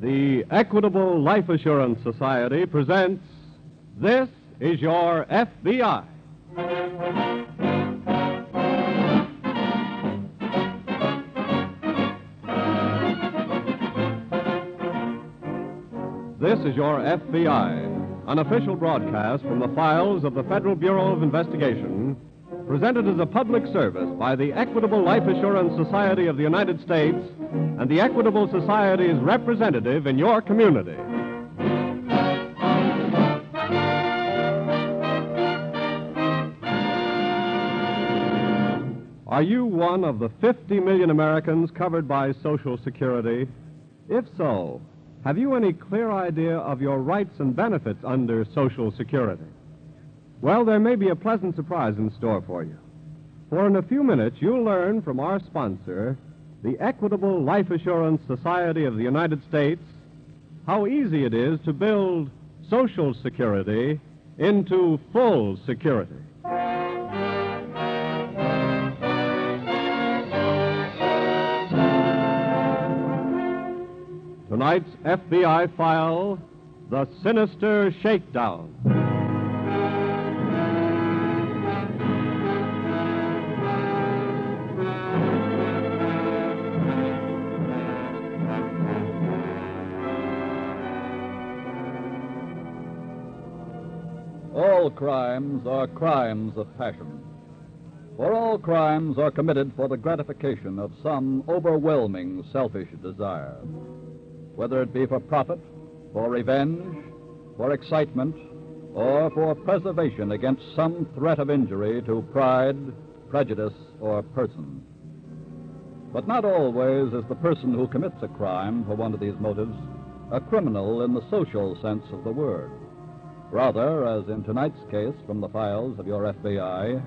The Equitable Life Assurance Society presents This is Your FBI. This is Your FBI, an official broadcast from the files of the Federal Bureau of Investigation, presented as a public service by the Equitable Life Assurance Society of the United States and the Equitable Society's representative in your community. Are you one of the 50 million Americans covered by Social Security? If so, have you any clear idea of your rights and benefits under Social Security? Well, there may be a pleasant surprise in store for you. For in a few minutes, you'll learn from our sponsor, the Equitable Life Assurance Society of the United States, how easy it is to build Social Security into full security. Tonight's FBI file The Sinister Shakedown. All crimes are crimes of passion. For all crimes are committed for the gratification of some overwhelming selfish desire. Whether it be for profit, for revenge, for excitement, or for preservation against some threat of injury to pride, prejudice, or person. But not always is the person who commits a crime for one of these motives a criminal in the social sense of the word. Rather, as in tonight's case from the files of your FBI,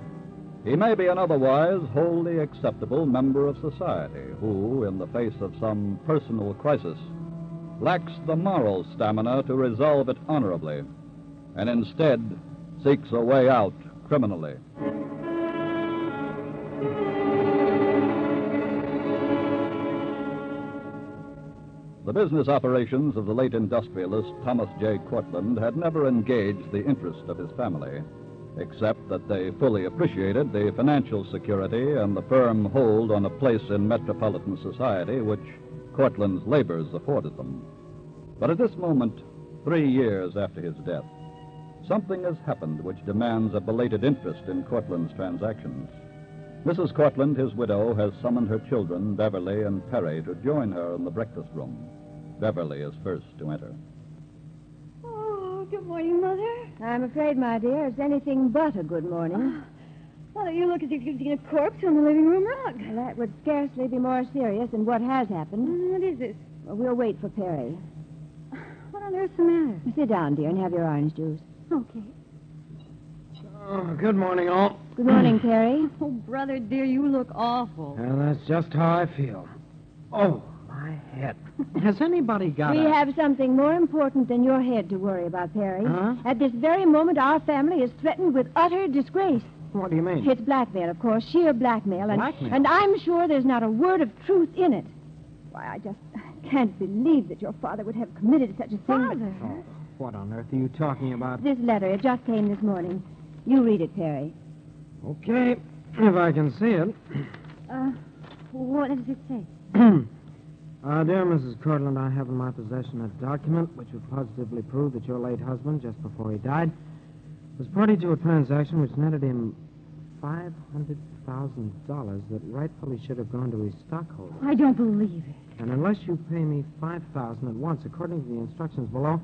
he may be an otherwise wholly acceptable member of society who, in the face of some personal crisis, lacks the moral stamina to resolve it honorably and instead seeks a way out criminally. The business operations of the late industrialist Thomas J. Cortland had never engaged the interest of his family, except that they fully appreciated the financial security and the firm hold on a place in metropolitan society which Cortland's labors afforded them. But at this moment, three years after his death, something has happened which demands a belated interest in Cortland's transactions. Mrs. Cortland, his widow, has summoned her children, Beverly and Perry, to join her in the breakfast room. Beverly is first to enter. Oh, good morning, Mother. I'm afraid, my dear, it's anything but a good morning. Ah, Mother, you look as if you'd seen a corpse on the living room rug. Well, that would scarcely be more serious than what has happened. Mm, What is this? Well, we'll wait for Perry. What on earth's the matter? Sit down, dear, and have your orange juice. Okay. Oh, good morning, all. Good morning, Perry. Oh, brother dear, you look awful. Well, that's just how I feel. Oh, my head. Has anybody got We a... have something more important than your head to worry about, Perry. Huh? At this very moment, our family is threatened with utter disgrace. What do you mean? It's blackmail, of course, sheer blackmail. And, Blackmail? And I'm sure there's not a word of truth in it. Why, I just can't believe that your father would have committed such a thing. Father. Oh, what on earth are you talking about? This letter, it just came this morning. You read it, Perry. Okay, if I can see it. Uh, what does it say? Uh, dear Mrs. Cortland, I have in my possession a document which would positively prove that your late husband, just before he died, was party to a transaction which netted him $500,000 that rightfully should have gone to his stockholders. I don't believe it. And unless you pay me five thousand at once, according to the instructions below,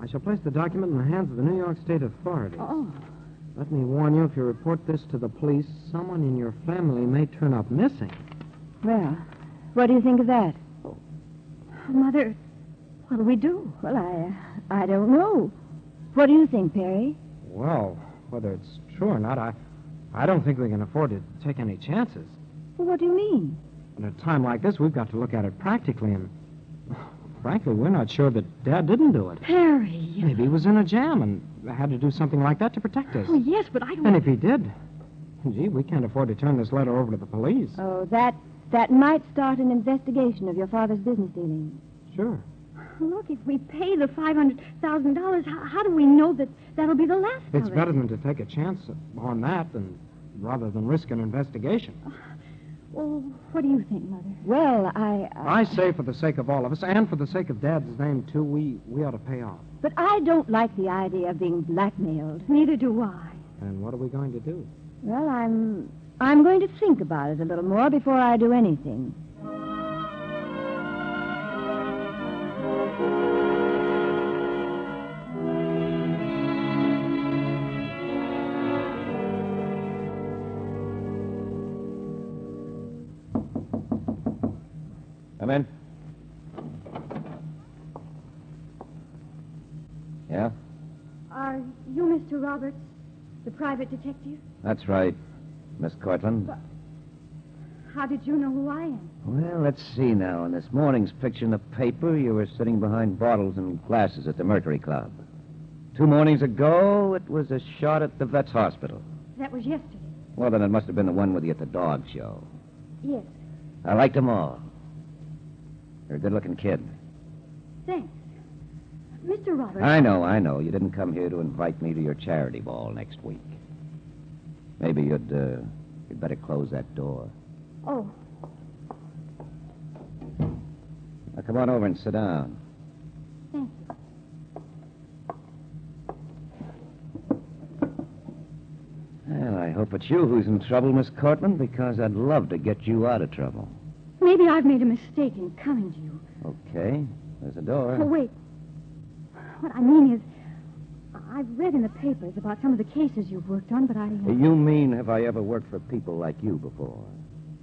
I shall place the document in the hands of the New York State authorities. Oh, Let me warn you, if you report this to the police, someone in your family may turn up missing. Well, what do you think of that? Oh, Mother, what'll we do? Well, I, uh, I don't know. What do you think, Perry? Well, whether it's true or not, I, I don't think we can afford to take any chances. Well, what do you mean? At a time like this, we've got to look at it practically, and frankly, we're not sure that Dad didn't do it. Perry. Maybe he was in a jam and had to do something like that to protect us. Oh, yes, but I don't. And if he did, gee, we can't afford to turn this letter over to the police. Uh, Oh, that that might start an investigation of your father's business dealings. Sure. Look, if we pay the $500,000, how, how do we know that that'll be the last It's of it? better than to take a chance on that than rather than risk an investigation. Well, what do you think, Mother? Well, I. Uh, I say, for the sake of all of us, and for the sake of Dad's name too, we we ought to pay off. but I don't like the idea of being blackmailed. Neither do I. And what are we going to do? Well, I'm. I'm going to think about it a little more before I do anything. Come in. Yeah, Are you Mr. Roberts, the private detective? that's right, Miss Cortland. How did you know who I am? Well, let's see now. In this morning's picture in the paper, you were sitting behind bottles and glasses at the Mercury Club. Two mornings ago, it was a shot at the vet's hospital. That was yesterday. Well, then it must have been the one with you at the dog show. Yes. I liked them all. You're a good looking kid. Thanks. Mr. Roberts. I know, I know. You didn't come here to invite me to your charity ball next week. Maybe you'd, uh, you'd better close that door. Oh, Now, come on over and sit down. thank Well, I hope it's you who's in trouble, Miss Cortland, because I'd love to get you out of trouble. you. Maybe I've made a mistake in coming to you. Okay, there's the Oh, door. wait. What I mean is, I've read in the papers about some of the cases you've worked on, but I. You mean, have I ever worked for people like you before?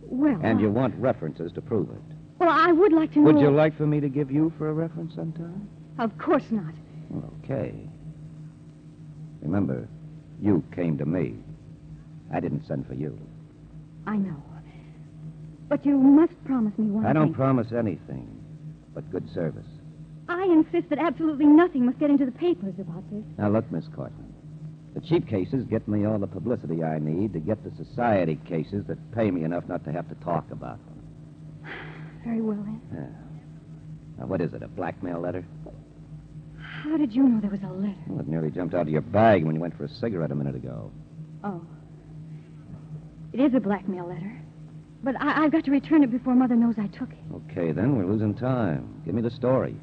Well. And I- you want references to prove it. Well, I would like to know. Would you like for me to give you for a reference sometime? Of course not. Okay. Remember, you came to me. I didn't send for you. I know. But you must promise me one I don't thing. promise anything but good service. I insist that absolutely nothing must get into the papers about this. Now, look, Miss Cortland. The cheap cases get me all the publicity I need to get the society cases that pay me enough not to have to talk about them. Very well, then. Now, what is it, a blackmail letter? How did you know there was a letter? Well, it nearly jumped out of your bag when you went for a cigarette a minute ago. Oh. It is a blackmail letter. But I- I've got to return it before Mother knows I took it. Okay, then, we're losing time. Give me the story.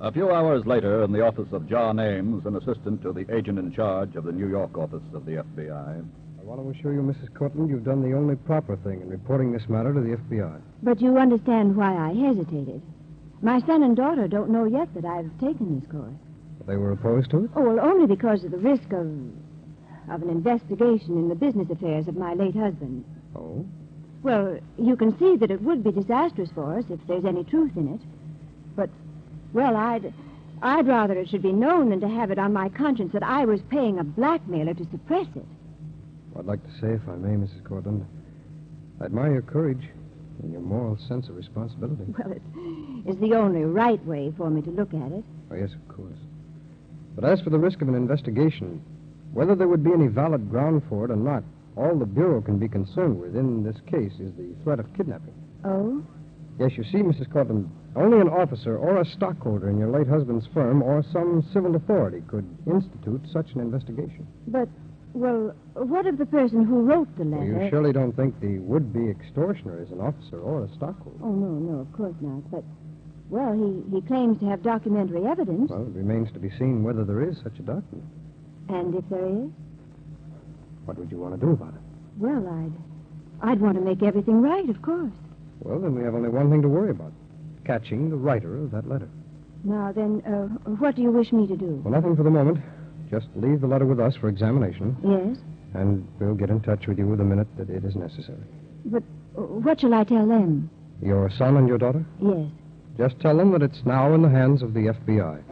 A few hours later, in the office of John Ames, an assistant to the agent in charge of the New York office of the FBI, I want to assure you, Mrs. Cortland, you've done the only proper thing in reporting this matter to the FBI. But you understand why I hesitated. My son and daughter don't know yet that I've taken this course. They were opposed to it? Oh, well, only because of the risk of. of an investigation in the business affairs of my late husband. Oh? Well, you can see that it would be disastrous for us if there's any truth in it. But, well, I'd. I'd rather it should be known than to have it on my conscience that I was paying a blackmailer to suppress it. I'd like to say, if I may, Mrs. Cortland, I admire your courage and your moral sense of responsibility. Well, it is the only right way for me to look at it. Oh, yes, of course. But as for the risk of an investigation, whether there would be any valid ground for it or not, all the Bureau can be concerned with in this case is the threat of kidnapping. Oh? Yes, you see, Mrs. Cortland, only an officer or a stockholder in your late husband's firm or some civil authority could institute such an investigation. But, well, what of the person who wrote the Well, letter? you surely don't think the would-be extortioner is an officer or a stockholder. Oh, no, no, of course not. But, well, he, he claims to have documentary evidence. Well, it remains to be seen whether there is such a document. And if there is, What would you want to do about it? well, I'd. I'd want to make everything right, of course. Well, then we have only one thing to worry about. Catching the writer of that letter. Now, then, uh, what do you wish me to do? Well, nothing for the moment. Just leave the letter with us for examination, Yes? and we'll get in touch with you the minute that it is necessary. Uh, What shall I tell them? Your son and your daughter? Yes. Just tell them that it's now in the hands of the FBI.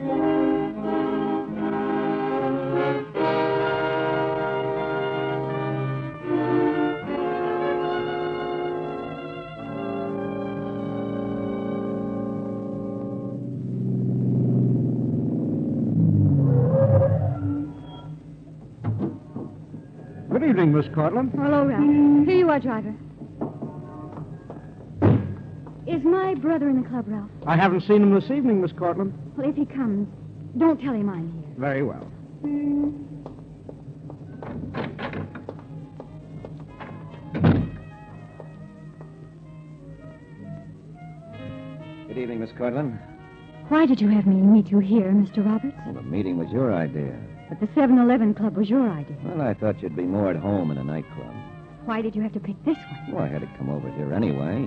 Good evening, Miss Cortland. Hello, Ralph. Here you are, driver. Is my brother in the club, Ralph? I haven't seen him this evening, Miss Cortland. Well, if he comes, don't tell him I'm here. Very well. Good evening, Miss Cortland. Why did you have me meet you here, Mr. Roberts? Well, the meeting was your idea. But the 7 Eleven Club was your idea. Well, I thought you'd be more at home in a nightclub. Why did you have to pick this one? Well, Oh, I had to come over here anyway.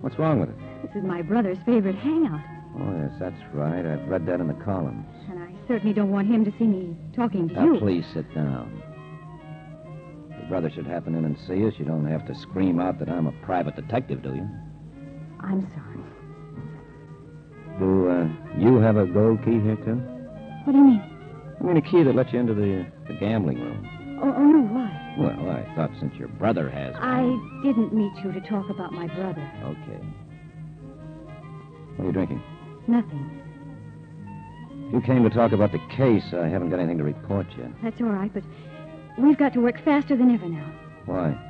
What's wrong with it? This is my brother's favorite hangout, Oh, yes, that's right. I've read that in the columns. and I certainly don't want him to see me talking to Now, you. please sit down. Your brother should happen in and see us. You don't have to scream out that I'm a private detective, do you? I'm sorry. Do uh, you have a gold key here, too? What do you mean? I mean, a key that lets you into the, the gambling room. Oh, oh no, why? Well, I thought since your brother has I one. didn't meet you to talk about my brother. Okay. What are you drinking? Nothing. You came to talk about the case. I haven't got anything to report yet. That's all right, but we've got to work faster than ever now. Why?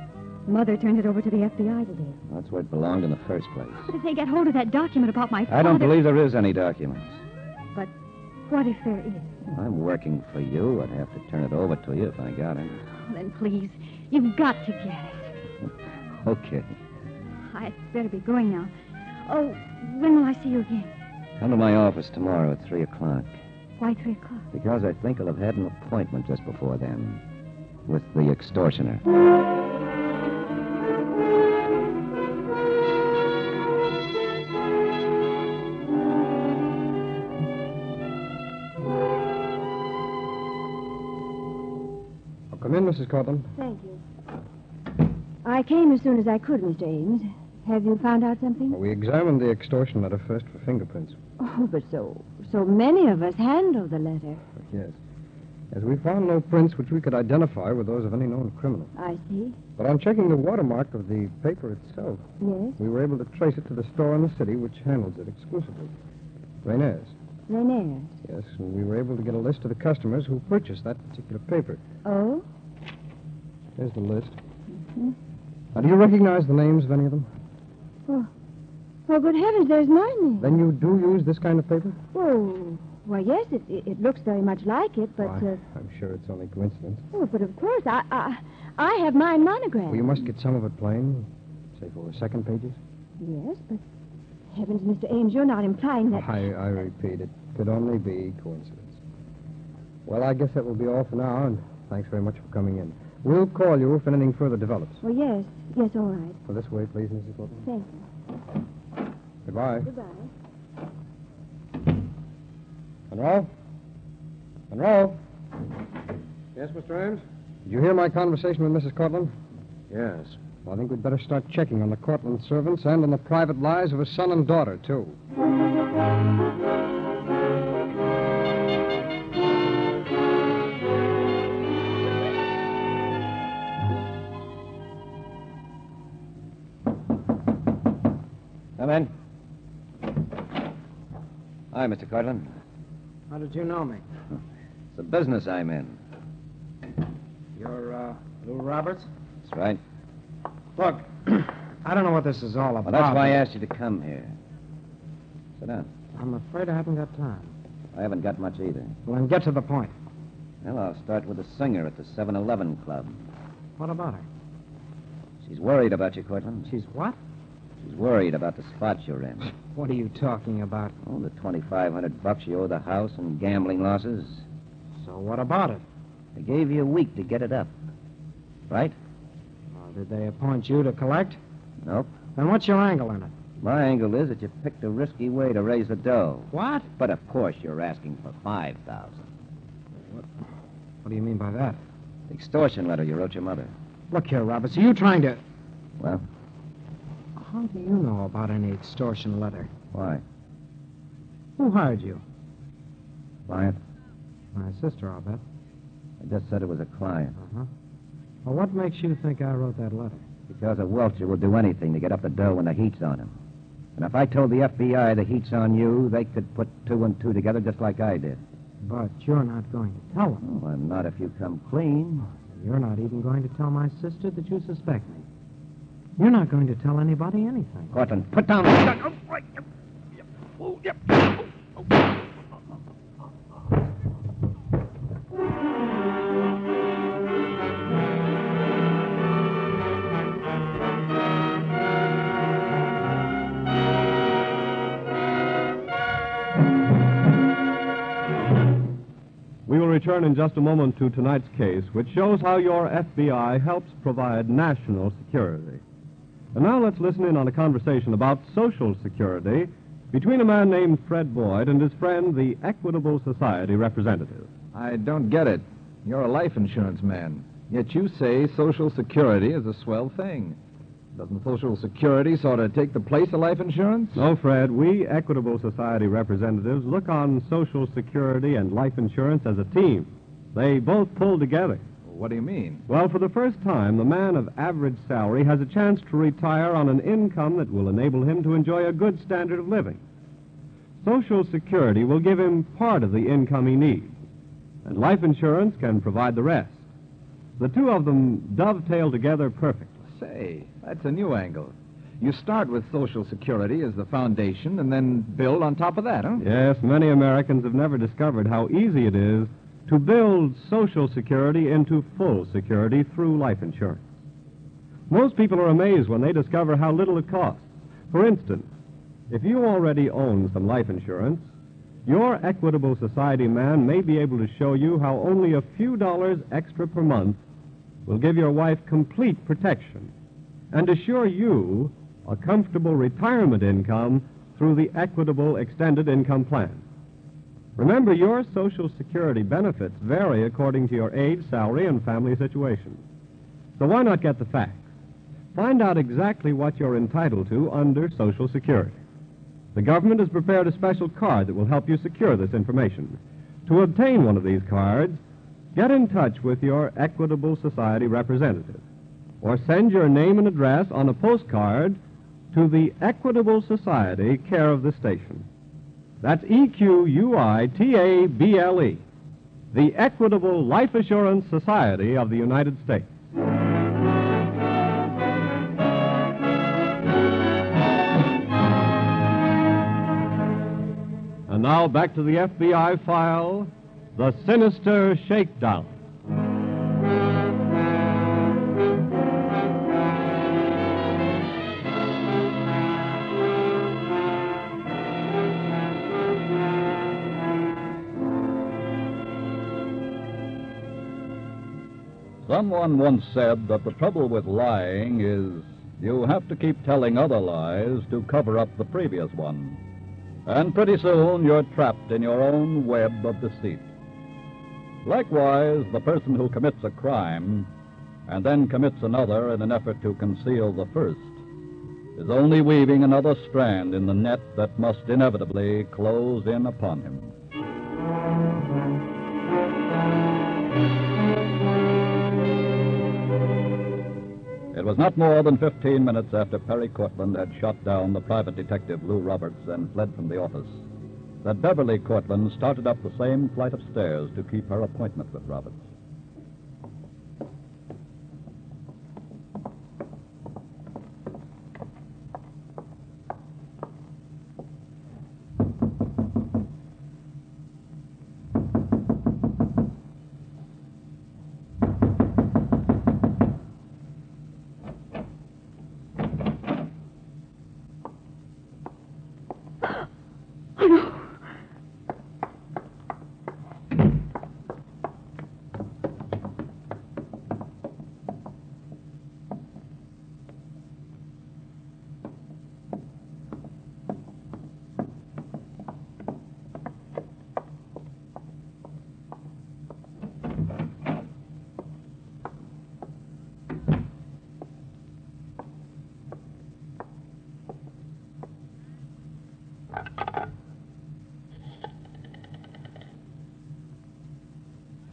Mother turned it over to the FBI today. That's where it belonged in the first place. But if they get hold of that document about my father... I don't believe there is any documents. But what if there is? I'm working for you. I'd have to turn it over to you if I got it. Oh, Then please, you've got to get it. Okay. I'd better be going now. Oh, when will I see you again? Come to my office tomorrow at 3 o'clock Why three o'clock? because I think I'll have had an appointment just before then with the extortioner. I'll come in, Mrs. Cortland. Thank you. I came as soon as I could, Mr. Ames. Have you found out something? We examined the extortion letter first for fingerprints. Oh, but so so many of us handled the letter. Yes. As we found no prints which we could identify with those of any known criminal. I see. But on checking the watermark of the paper itself, Yes, we were able to trace it to the store in the city which handles it exclusively. Rainier's. Rainier. Yes, and we were able to get a list of the customers who purchased that particular paper. Oh, Here's the list. Now, do you recognize the names of any of them? well, good heavens, there's my name. Then you do use this kind of paper? Oh, well, yes, it, it, it looks very much like it, but Why, uh, I'm sure it's only coincidence. oh, but of course, I I, I have mine monogrammed. Well, you must get some of it plain, say for the second pages. Yes, but heavens, Mr. Ames, you're not implying that. I, I repeat, it could only be coincidence. Well, I guess that will be all for now, and thanks very much for coming in. We'll call you if anything further develops. Well, yes, yes, all right. Well, this way, please, Mrs. Wilton. Thank Goodbye. you. Goodbye. Monroe? Monroe? Yes, Mr. Ames? Did you hear my conversation with Mrs. Cortland? Yes. Well, I think we'd better start checking on the Cortland servants and on the private lives of her son and daughter, too. Come in. Hi, Mr. Cortland. How did you know me? It's the business I'm in. You're, uh, Lou Roberts? That's right. Look, I don't know what this is all Well, about. that's why I asked you to come here. Sit down. I'm afraid I haven't got time. I haven't got much either. Well, then get to the point. Well, I'll start with the singer at the 7 Eleven Club. What about her? She's worried about you, Cortland. She's what? She's worried about the spot you're in. What are you talking about? Oh, the 2500 bucks you owe the house and gambling losses. So what about it? They gave you a week to get it up. Right? Well, Uh, did they appoint you to collect? Nope. Then what's your angle in it? My angle is that you picked a risky way to raise the dough. What? But of course you're asking for 5000 What do you mean by that? The extortion letter you wrote your mother. Look here, Roberts, are you trying to... Well, How do you know about any extortion letter? why? Who hired you? Client? My sister, I'll bet. I just said it was a client. Uh-huh. Well, what makes you think I wrote that letter? Because a welcher will do anything to get up the dough when the heat's on him. And if I told the FBI the heat's on you, they could put two and two together just like I did. But you're not going to tell them. Well, I'm not if you come clean. You're not even going to tell my sister that you suspect me. You're not going to tell anybody anything. Cortland, put down the gun. We will return in just a moment to tonight's case, which shows how your FBI helps provide national security. And now let's listen in on a conversation about Social Security between a man named Fred Boyd and his friend, the Equitable Society representative. I don't get it. You're a life insurance man, yet you say Social Security is a swell thing. Doesn't Social Security sort of take the place of life insurance? No, Fred, we Equitable Society representatives look on Social Security and life insurance as a team. They both pull together. What do you mean? Well, for the first time, the man of average salary has a chance to retire on an income that will enable him to enjoy a good standard of living. Social Security will give him part of the income he needs, and life insurance can provide the rest. The two of them dovetail together perfectly. Say, that's a new angle. You start with Social Security as the foundation and then build on top of that, huh? Yes, many Americans have never discovered how easy it is to build Social Security into full security through life insurance. Most people are amazed when they discover how little it costs. For instance, if you already own some life insurance, your Equitable Society man may be able to show you how only a few dollars extra per month will give your wife complete protection and assure you a comfortable retirement income through the Equitable Extended Income Plan. Remember, your Social Security benefits vary according to your age, salary, and family situation. So why not get the facts? Find out exactly what you're entitled to under Social Security. The government has prepared a special card that will help you secure this information. To obtain one of these cards, get in touch with your Equitable Society representative or send your name and address on a postcard to the Equitable Society, care of the station. That's E Q U I T A B L E, the Equitable Life Assurance Society of the United States. And now back to the FBI file The Sinister Shakedown. Someone once said that the trouble with lying is you have to keep telling other lies to cover up the previous one. And pretty soon you're trapped in your own web of deceit. Likewise, the person who commits a crime and then commits another in an effort to conceal the first is only weaving another strand in the net that must inevitably close in upon him. It was not more than 15 minutes after Perry Cortland had shot down the private detective Lou Roberts and fled from the office that Beverly Cortland started up the same flight of stairs to keep her appointment with Roberts.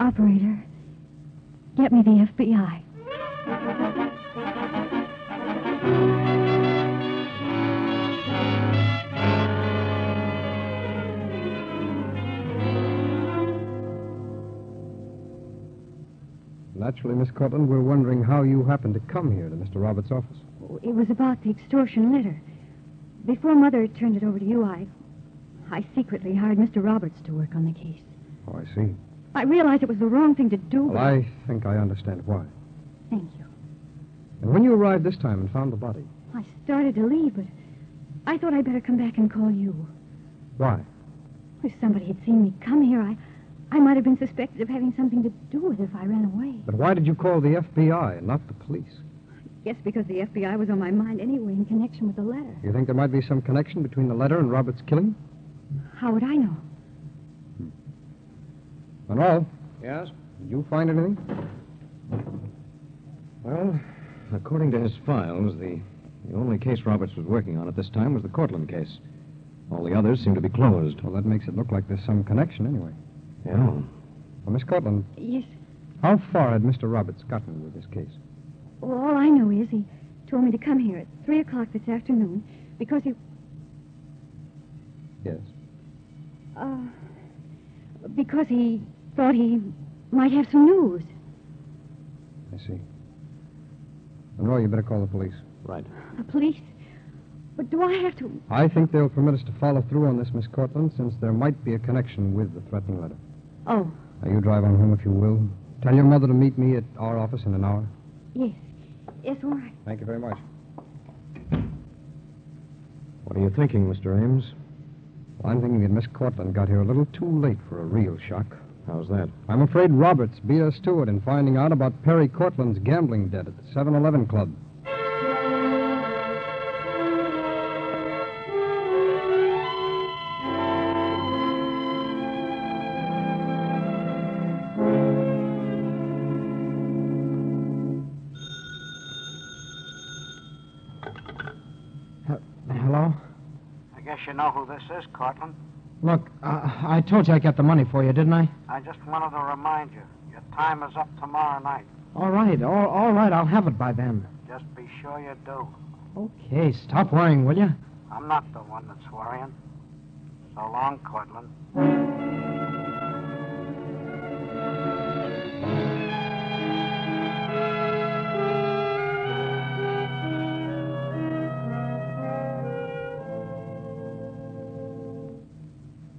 Operator, get me the FBI. Naturally, Miss Cortland, we're wondering how you happened to come here to Mr. Roberts' office. It was about the extortion letter. Before Mother turned it over to you, I. I secretly hired Mr. Roberts to work on the case. Oh, I see. I realized it was the wrong thing to do. Well, but- I think I understand why. Thank you. And when you arrived this time and found the body, I started to leave, but I thought I'd better come back and call you. why? If somebody had seen me come here, I, I might have been suspected of having something to do with it if I ran away. But why did you call the FBI and not the police? Yes, because the FBI was on my mind anyway in connection with the letter. You think there might be some connection between the letter and Robert's killing? How would I know? Monroe. Yes? Did you find anything? Well, according to his files, the, the only case Roberts was working on at this time was the Cortland case. All the others seem to be closed. Well, that makes it look like there's some connection anyway. Yeah. Well, Miss Cortland, Yes, how far had Mr. Roberts gotten with this case? well, all I know is he told me to come here at 3 o'clock this afternoon because he. Yes. Uh, because he thought he might have some news. I see. Monroe, you better call the police. Right. The police. But do I have to. I think they'll permit us to follow through on this, Miss Cortland, since there might be a connection with the threatening letter. Oh, Now, you drive on home if you will. Tell your mother to meet me at our office in an hour. yes. Yes, all right. Thank you very much. What are you thinking, Mr. Ames? Well, I'm thinking that Miss Cortland got here a little too late for a real shock. How's that? I'm afraid Roberts beat us to it in finding out about Perry Cortland's gambling debt at the 7 Eleven Club. Hello? I guess you know who this is, Cortland. Look, uh, I told you I got the money for you, didn't I? I just wanted to remind you, your time is up tomorrow night. All right, all, all right, I'll have it by then. Just be sure you do. Okay, stop worrying, will you? I'm not the one that's worrying. So long, Cortland.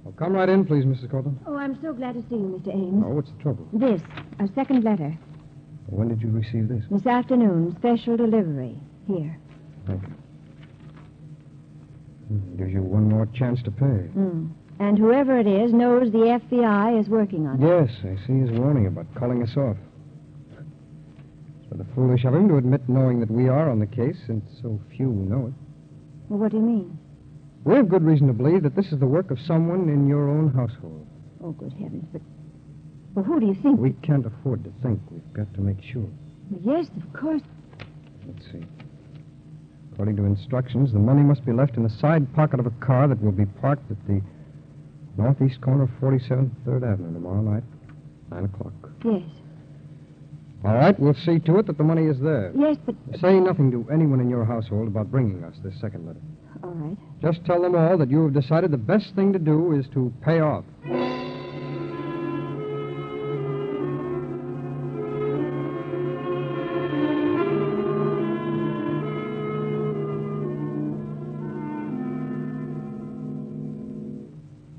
Well, come right in, please, Mrs. Cortland. Oh, I'm so glad to see you, Mr. Ames. Oh, what's the trouble? This, a second letter. When did you receive this? This afternoon, special delivery. Here. Thank you. Hmm, Gives you one more chance to pay. Mm. And whoever it is knows the FBI is working on it. Yes, I see his warning about calling us off. It's rather foolish of him to admit knowing that we are on the case, since so few know it. Well, what do you mean? We have good reason to believe that this is the work of someone in your own household. Oh, good heavens, but. Well, who do you think? We can't afford to think. We've got to make sure. Yes, of course. Let's see. According to instructions, the money must be left in the side pocket of a car that will be parked at the northeast corner of 47th 3rd Avenue tomorrow night, 9 o'clock. Yes. All right, we'll see to it that the money is there. Yes, but. Say nothing to anyone in your household about bringing us this second letter. All right. Just tell them all that you have decided the best thing to do is to pay off.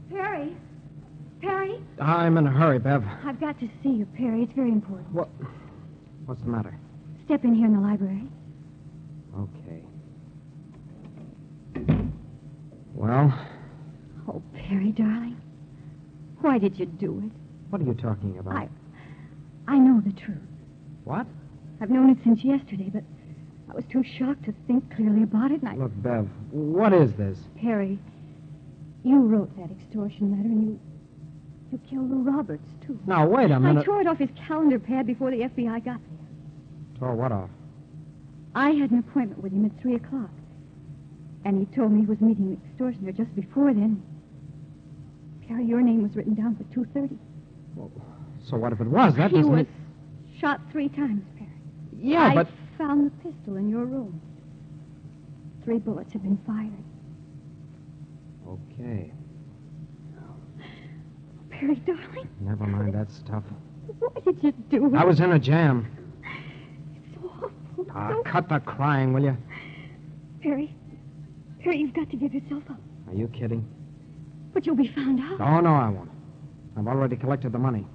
Perry? Perry? I'm in a hurry, Bev. I've got to see you, Perry. It's very important. What? What's the matter? Step in here in the library. Okay. Well, Oh, Perry, darling. Why did you do it? what are you talking about? I. I know the truth. What? I've known it since yesterday, but I was too shocked to think clearly about it, and I. Look, Bev, what is this? Perry, you wrote that extortion letter, and you. You killed Lou Roberts, too. Now, wait a I minute. tore it off his calendar pad before the FBI got there. Tore what off? I had an appointment with him at 3 o'clock. And he told me he was meeting an extortioner just before then. Perry, your name was written down for 2.30. So what if it was? That he doesn't... was shot three times, Perry. Yeah, I but... found the pistol in your room. Three bullets had been fired. Okay, Perry, darling, never mind that stuff. What did you do? I was in a jam. Ah, cut the crying, will you? Perry. Perry, you've got to give yourself up. Are you kidding? But you'll be found out. Oh, no, I won't. I've already collected the money.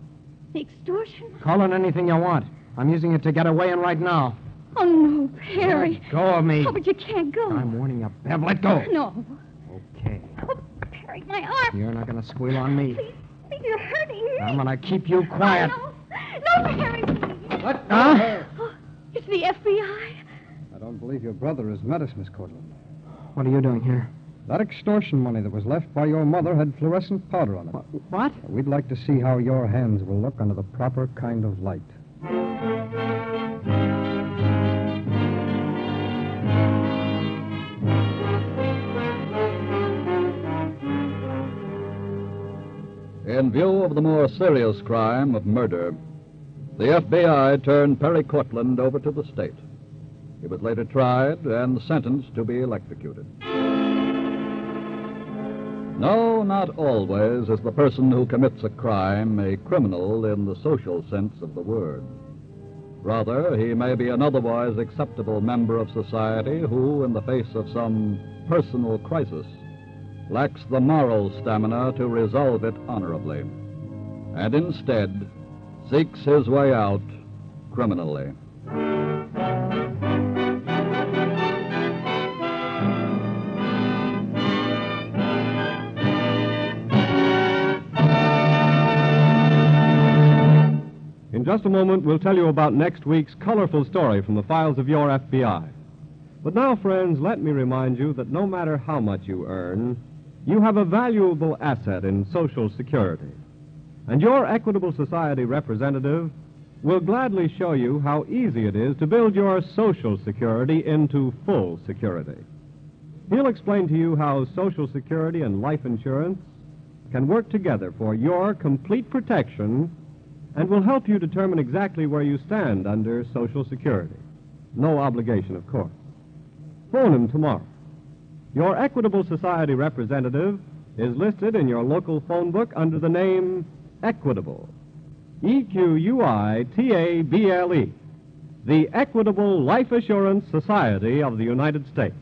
The extortion? Call it anything you want. I'm using it to get away and right now. Oh, no, Perry. Go of me. Oh, but you can't go. I'm warning you, Bev. Let go. No. Okay. Oh, Perry, my arm. You're not going to squeal on me. Please, please, you're hurting me. I'm going to keep you quiet. Oh, no. No, Perry. What? Huh? Oh, it's the FBI. I don't believe your brother has met us, Miss Cortland. What are you doing here? That extortion money that was left by your mother had fluorescent powder on it. What? We'd like to see how your hands will look under the proper kind of light. In view of the more serious crime of murder, the FBI turned Perry Cortland over to the state. He was later tried and sentenced to be electrocuted. No, not always is the person who commits a crime a criminal in the social sense of the word. Rather, he may be an otherwise acceptable member of society who, in the face of some personal crisis, lacks the moral stamina to resolve it honorably, and instead seeks his way out criminally. In just a moment, we'll tell you about next week's colorful story from the files of your FBI. But now, friends, let me remind you that no matter how much you earn, you have a valuable asset in Social Security. And your Equitable Society representative will gladly show you how easy it is to build your Social Security into full security. He'll explain to you how Social Security and life insurance can work together for your complete protection and will help you determine exactly where you stand under Social Security. No obligation, of course. Phone him tomorrow. Your Equitable Society representative is listed in your local phone book under the name Equitable. E Q U I T A B L E. The Equitable Life Assurance Society of the United States.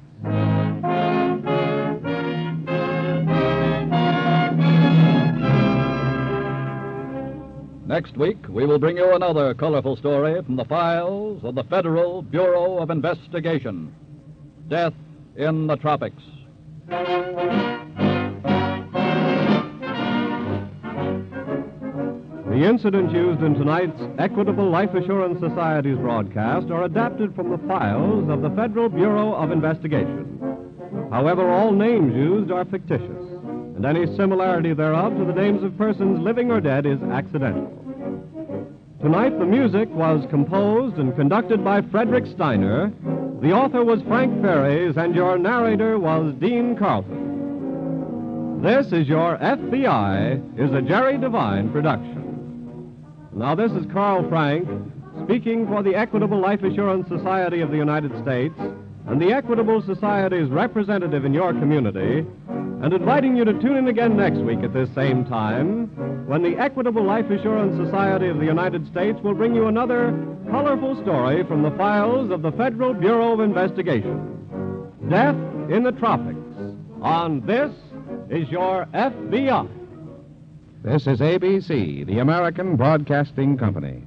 Next week, we will bring you another colorful story from the files of the Federal Bureau of Investigation Death in the Tropics. The incidents used in tonight's Equitable Life Assurance Society's broadcast are adapted from the files of the Federal Bureau of Investigation. However, all names used are fictitious, and any similarity thereof to the names of persons living or dead is accidental. Tonight, the music was composed and conducted by Frederick Steiner. The author was Frank Ferries, and your narrator was Dean Carlton. This is your FBI, is a Jerry Devine production. Now, this is Carl Frank speaking for the Equitable Life Assurance Society of the United States and the Equitable Society's representative in your community, and inviting you to tune in again next week at this same time when the Equitable Life Assurance Society of the United States will bring you another colorful story from the files of the Federal Bureau of Investigation Death in the Tropics. On This is Your FBI. This is ABC, the American Broadcasting Company.